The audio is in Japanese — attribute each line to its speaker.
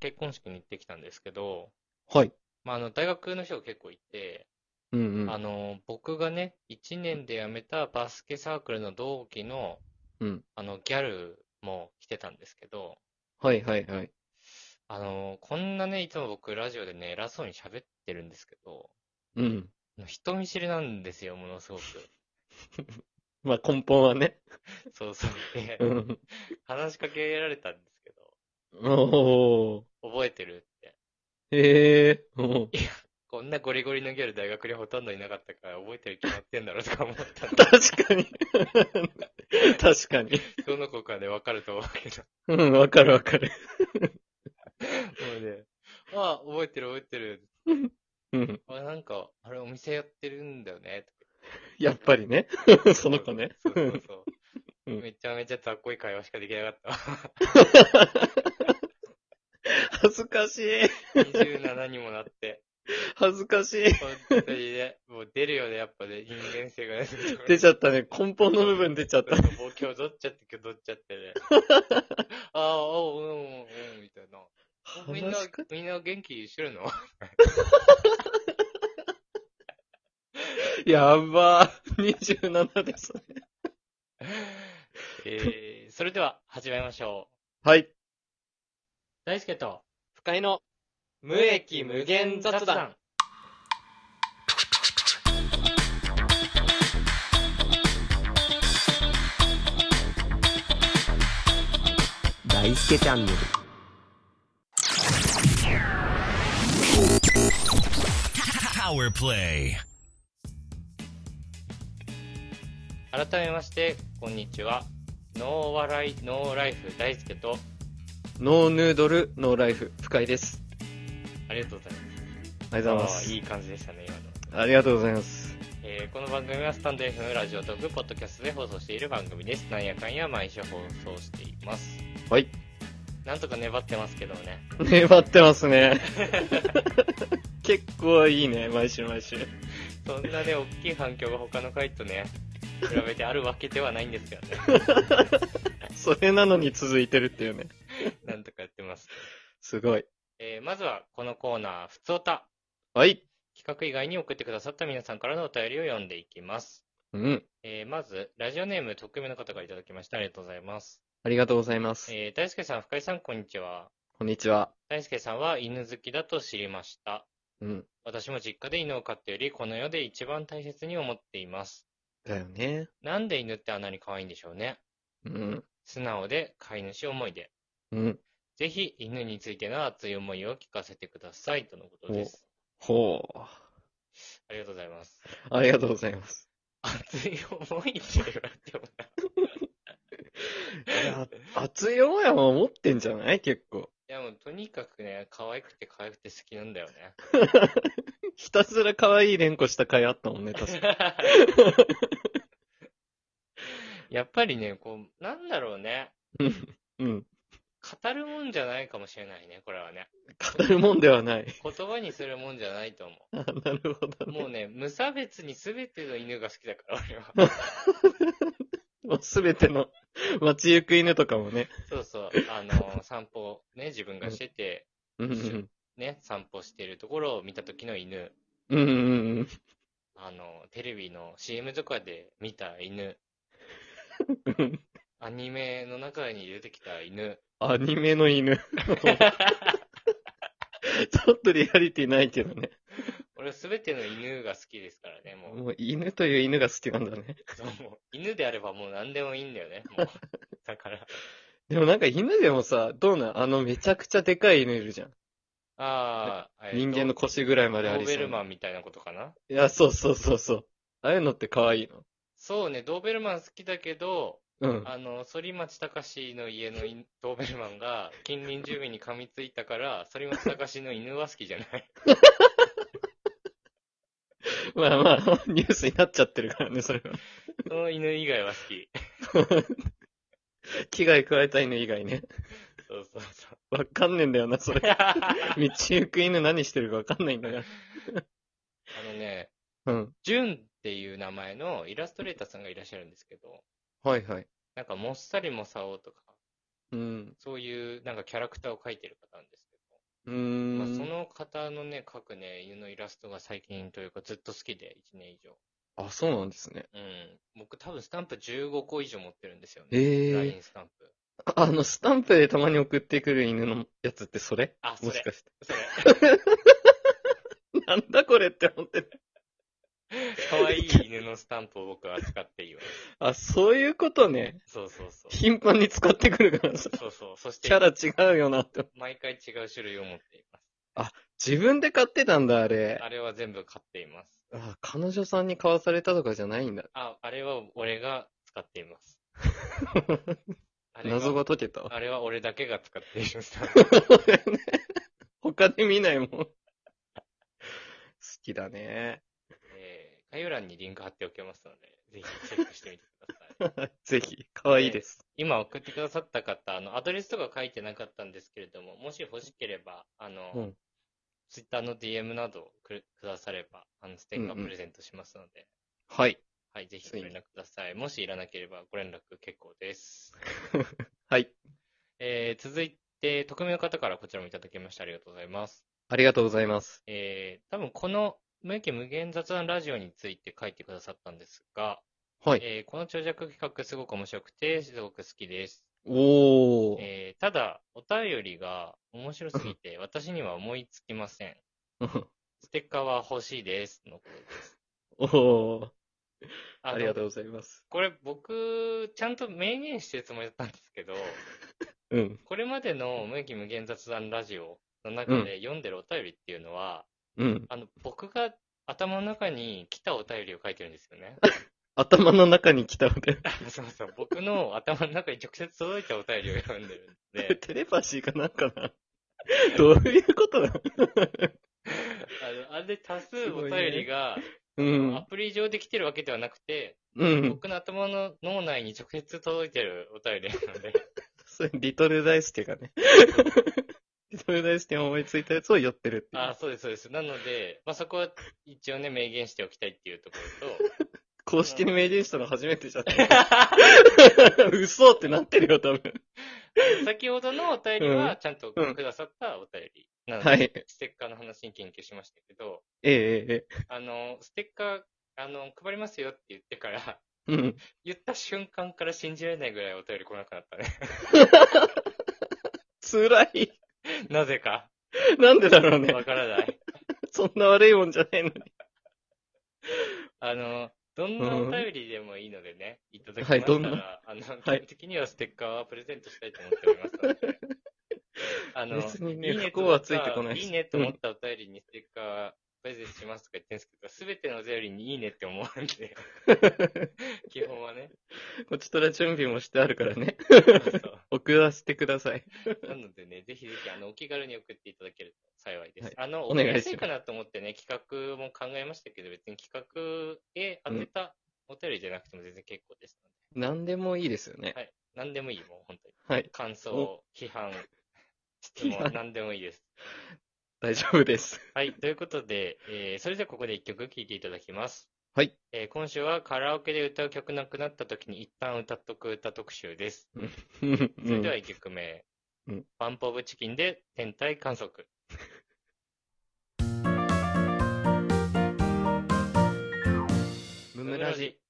Speaker 1: 結婚式に行ってきたんですけど、
Speaker 2: はい。
Speaker 1: まあ、あの大学の人が結構いて、
Speaker 2: うんうん。
Speaker 1: あの僕がね、1年で辞めたバスケサークルの同期の
Speaker 2: うん。
Speaker 1: あのギャルも来てたんですけど、
Speaker 2: はいはいはい。
Speaker 1: あのこんなね、いつも僕、ラジオでね、偉そうに喋ってるんですけど、
Speaker 2: うん。
Speaker 1: 人見知りなんですよ、ものす ごく。
Speaker 2: まあ根本はね。
Speaker 1: そうそう。で
Speaker 2: うん。
Speaker 1: 話しかけられたんですけ
Speaker 2: おー。
Speaker 1: ど、覚えてるって。
Speaker 2: へえー。 おー
Speaker 1: こんなゴリゴリのギャル大学にほとんどいなかったから覚えてる決まってんだろうとか思ったん で、
Speaker 2: 確かに。確かに。
Speaker 1: どの子かでわかると思うけど。
Speaker 2: うん、わかるわかる。
Speaker 1: もうね、 ああ、覚えてる覚えてる。
Speaker 2: うん。
Speaker 1: あ、なんか、あれお店やってるんだよね。
Speaker 2: やっぱ りね。 その子ね。
Speaker 1: そうそうそうう。
Speaker 2: ん
Speaker 1: めちゃめちゃかっこいい会話しかできなかったわ。
Speaker 2: 恥ずかしい。
Speaker 1: 27にもなって。
Speaker 2: 恥ずかしい。
Speaker 1: 本当にね、もう出るよね、やっぱね、人間性がね。
Speaker 2: 出ちゃったね。根本の部分出ちゃった。
Speaker 1: もう今日どっちゃって、今日どっちゃ ってね。ああ、おう、うん、うん、うん、みたいな。みんな
Speaker 2: 話しか、
Speaker 1: みんな元気してるの
Speaker 2: やばー。27ですね。
Speaker 1: えー、それでは始めましょう。
Speaker 2: はい。
Speaker 1: 大輔と、
Speaker 2: 深井の。
Speaker 1: 無益無限雑談。
Speaker 2: 大輔チャンネル。
Speaker 3: Power Play.
Speaker 1: 改めまして、こんにちは。ノー笑い、ノーライフ、大輔と、
Speaker 2: ノーヌードル、ノーライフ、深井です。
Speaker 1: ありがとうございます。
Speaker 2: ありがとうございま
Speaker 1: あー
Speaker 2: す。
Speaker 1: いい感じでしたね、今の。
Speaker 2: ありがとうございます。
Speaker 1: えーこの番組はスタンド FM ラジオトークポッドキャストで放送している番組ですなんやかんや毎週放送しています
Speaker 2: はい
Speaker 1: なんとか粘ってますけどね
Speaker 2: 粘ってますね。結構いいね、毎週毎週。
Speaker 1: そんなね大きい反響が他の回とね比べてあるわけではないんですよね
Speaker 2: それなのに続いてるっていうね。
Speaker 1: なんとかやってます、
Speaker 2: すごい。
Speaker 1: えーまずはこのコーナー「ふつおた
Speaker 2: はい。」
Speaker 1: 企画以外に送ってくださった皆さんからのお便りを読んでいきます、
Speaker 2: うん。
Speaker 1: えーまずラジオネーム匿名の方からいただきましたありがとうございます、
Speaker 2: ありがとうございます。
Speaker 1: えー大輔さん深井さんこんにちは
Speaker 2: こんにちは。
Speaker 1: 大輔さんは犬好きだと知りました
Speaker 2: うん。
Speaker 1: 私も実家で犬を飼っており、この世で一番大切に思っています。
Speaker 2: だよね。
Speaker 1: なんで犬ってあんなに可愛いんでしょうね。
Speaker 2: うん。
Speaker 1: 素直で飼い主思いで。
Speaker 2: うん。
Speaker 1: ぜひ犬についての熱い思いを聞かせてください。とのことです。
Speaker 2: ほう。
Speaker 1: ありがとうございます。
Speaker 2: ありがとうございます。
Speaker 1: 熱い思いって言われてもな。い
Speaker 2: いや、熱い思いは持ってんじゃない結構。
Speaker 1: やもうとにかくね、可愛くて可愛くて好きなんだよね。
Speaker 2: ひたすら可愛い連呼した回あったもんね、 確か
Speaker 1: やっぱりね、こう、なんだろうね。
Speaker 2: に。うん。
Speaker 1: 語るもんじゃないかもしれないね、これはね。
Speaker 2: 語るもんではない。
Speaker 1: 言葉にするもんじゃないと思う。
Speaker 2: あなるほど、ね。
Speaker 1: もうね、無差別に全ての犬が好きだから、俺は。
Speaker 2: もうすべての街行く犬とかもね。
Speaker 1: そうそう。あの、散歩をね、自分がしてて、
Speaker 2: うんうん。
Speaker 1: ね、散歩してるところを見た時の犬、
Speaker 2: うんうんうん。
Speaker 1: あの、テレビの CM とかで見た犬、
Speaker 2: うん
Speaker 1: アニメの中に出てきた犬。
Speaker 2: アニメ の犬。ちょっとリアリティないけどね。
Speaker 1: 俺は全ての犬が好きですからね、もう。
Speaker 2: もう犬という犬が好きなんだね。
Speaker 1: そうもう犬であればもう何でもいいんだよね、 もう。だから。
Speaker 2: でもなんか犬でもさ、どうなんあのめちゃくちゃでかい犬いるじゃん。
Speaker 1: ああ、
Speaker 2: 人間の
Speaker 1: こ
Speaker 2: 腰ぐらいまであ
Speaker 1: ド
Speaker 2: り
Speaker 1: ー
Speaker 2: そ
Speaker 1: ベ
Speaker 2: うな。
Speaker 1: ルマンみたいなことかない
Speaker 2: や、そうそうそうそう。ああいうのって可愛いの。
Speaker 1: そうね、ドーベルマン好きだけど、
Speaker 2: うん。
Speaker 1: あの、反町隆史の家の犬ドーベルマンが近隣住民に噛みついたから、反町隆史の犬は好きじゃない。
Speaker 2: まあまあ、 ニュースになっちゃってるからね、それは。
Speaker 1: その犬以外は好き。
Speaker 2: 危害加えた犬以外ね。
Speaker 1: そうそうそう。
Speaker 2: わかんねえんだよな、それ。
Speaker 1: あ
Speaker 2: 道行く犬何してるかわかんないんだか
Speaker 1: のね、
Speaker 2: ら。うん。
Speaker 1: ジュンっていう名前のイラストレーターさんがいらっしゃるんですけど、
Speaker 2: はいはい。
Speaker 1: なんかもっさりもさおとか、
Speaker 2: うん。
Speaker 1: そういうなんかキャラクターを描いてる方なんですけど、
Speaker 2: うーん。
Speaker 1: まあ、その方のね、描くね、犬のイラストが最近というかずっと好きで、1年以上。
Speaker 2: あ、そうなんですね。
Speaker 1: うん。僕多分スタンプ15個以上持ってるんですよね。
Speaker 2: ええ
Speaker 1: LINE スタンプ。
Speaker 2: あの、スタンプでたまに送ってくる犬のやつってそれ
Speaker 1: あ、そ
Speaker 2: も
Speaker 1: れ
Speaker 2: し。かして。
Speaker 1: それ。
Speaker 2: なんだこれって思って。
Speaker 1: 可愛い犬のスタンプを僕は使っていいわ。
Speaker 2: あ、そういうことね。
Speaker 1: そうそうそう。
Speaker 2: 頻繁に使ってくるからさ。
Speaker 1: そうそう。そし
Speaker 2: キ
Speaker 1: て
Speaker 2: ャ、ラ違うよなって。
Speaker 1: 毎回違う種類を持っています。
Speaker 2: 自分で買ってたんだ、あれ。
Speaker 1: あれは全部買っています。
Speaker 2: あ、彼女さんに買わされたとかじゃないんだ。
Speaker 1: あ、あれは俺が使っています。あれは
Speaker 2: 謎が解けたわ。
Speaker 1: あれは俺だけが使っているスタンプ。
Speaker 2: 他で見ないもん。好きだね。
Speaker 1: えー概要欄にリンク貼っておきますので、ぜひチェックしてみてください。
Speaker 2: ぜひ、可愛いです。
Speaker 1: 今送ってくださった方、あの、アドレスとか書いてなかったんですけれども、もし欲しければ、あの、
Speaker 2: うん
Speaker 1: ツイッターの DM などをくるくだされば、あの、ステッカープレゼントしますので、
Speaker 2: はい。
Speaker 1: はい、ぜひ
Speaker 2: つ
Speaker 1: ご
Speaker 2: いに
Speaker 1: 連絡ください。もしいらなければご連絡結構です。
Speaker 2: はい。
Speaker 1: えー続いて、匿名の方からこちらもいただきましてありがとうございます。
Speaker 2: ありがとうございます。
Speaker 1: えー多分この無益無限雑談ラジオについて書いてくださったんですが、
Speaker 2: はい。
Speaker 1: えーこの長尺企画すごく面白くて、すごく好きです。
Speaker 2: おー。
Speaker 1: えーただ、お便りが面白すぎ て、私には思いつきません。ステッカーは欲しいです。のことです。
Speaker 2: おー。
Speaker 1: あ
Speaker 2: ありがと
Speaker 1: う。
Speaker 2: うございます。
Speaker 1: これ僕、ちゃんと明言してるつもりだったんです けど、
Speaker 2: うん。
Speaker 1: これまでの無益無限雑談ラジオの中で読んでるお便りっていうのは、
Speaker 2: うん。
Speaker 1: あの、僕が頭の中に来たお便りを書いてるんですよ ね。
Speaker 2: 頭の中に来たので。
Speaker 1: そうそう、僕の頭の中に直接届いたお便りを読んでるん で、
Speaker 2: テレパシーかなんかなどういうことだ
Speaker 1: あのあれで多数
Speaker 2: す
Speaker 1: お
Speaker 2: ごい
Speaker 1: 便
Speaker 2: ね
Speaker 1: りが、
Speaker 2: う
Speaker 1: ア
Speaker 2: ん。
Speaker 1: プリ上で来てるわけではなくて、
Speaker 2: うん。
Speaker 1: 僕の頭の脳内に直接届いてるお便りなの で、
Speaker 2: それ、リトル大輔 がね。リトル大輔が思いついたやつを酔ってるっていう。
Speaker 1: あそうです、そうです。なので、まあ、そこは一応ね、明言しておきたいっていうとこ
Speaker 2: 公式に明言したの初めてじゃん。 嘘ってなってるよ、多
Speaker 1: ろ
Speaker 2: 分。
Speaker 1: と、先ほどのお便り
Speaker 2: う
Speaker 1: はちゃんと
Speaker 2: うん
Speaker 1: くださったお便りなので、
Speaker 2: はい。
Speaker 1: ステッカーの話に研究しましたけど、
Speaker 2: えええ
Speaker 1: あの、ステッカー、あの、配りますよって言ってから、
Speaker 2: え。うん。
Speaker 1: 言った瞬間から信じられないぐらいお便り来なくなったね。
Speaker 2: 辛い。
Speaker 1: なぜか。
Speaker 2: なんでだろうね。
Speaker 1: わからない。
Speaker 2: そんな悪いもんじゃないのに。
Speaker 1: あの、どんなお便りでもいいのでね、いただきま
Speaker 2: はい
Speaker 1: した
Speaker 2: どん
Speaker 1: ら、あの、基
Speaker 2: はい
Speaker 1: 本的にはステッカーはプレゼントしたいと思っておりますので、あの、
Speaker 2: 別にね
Speaker 1: いいね
Speaker 2: 不幸はついてこないし
Speaker 1: いいねと思ったお便りにステッカープレゼントしますとか言ってるんですけど、すべてのお便りにいいねって思うんで、 基本はね。
Speaker 2: こちとら準備もしてあるからね。
Speaker 1: そうそう
Speaker 2: 送らせてください。
Speaker 1: なのでね、ぜひぜひ、あの、お気軽に送っていただけると幸いです。
Speaker 2: はい
Speaker 1: あの、
Speaker 2: お願いします
Speaker 1: 送りやすいかなと思ってね、企画も考えましたけど、別に企画へ当てたお便りじゃなくても全然結構ですの
Speaker 2: 何でもいいですよね
Speaker 1: は。いで、何でもいい、もう本当に。
Speaker 2: はい。
Speaker 1: 感想
Speaker 2: お、
Speaker 1: 批 判、質問
Speaker 2: 批、判
Speaker 1: 何でもいいです。
Speaker 2: 大丈夫です。
Speaker 1: はい、ということで、えーそれではここで一曲聴いていただきます。
Speaker 2: はい。
Speaker 1: えー今週はカラオケで歌う曲なくなった時に一旦歌っとく歌特集です。
Speaker 2: う
Speaker 1: それでは
Speaker 2: ん
Speaker 1: 1曲目。
Speaker 2: うん
Speaker 1: バンポブチキンで天体観測。
Speaker 2: ムムラジ。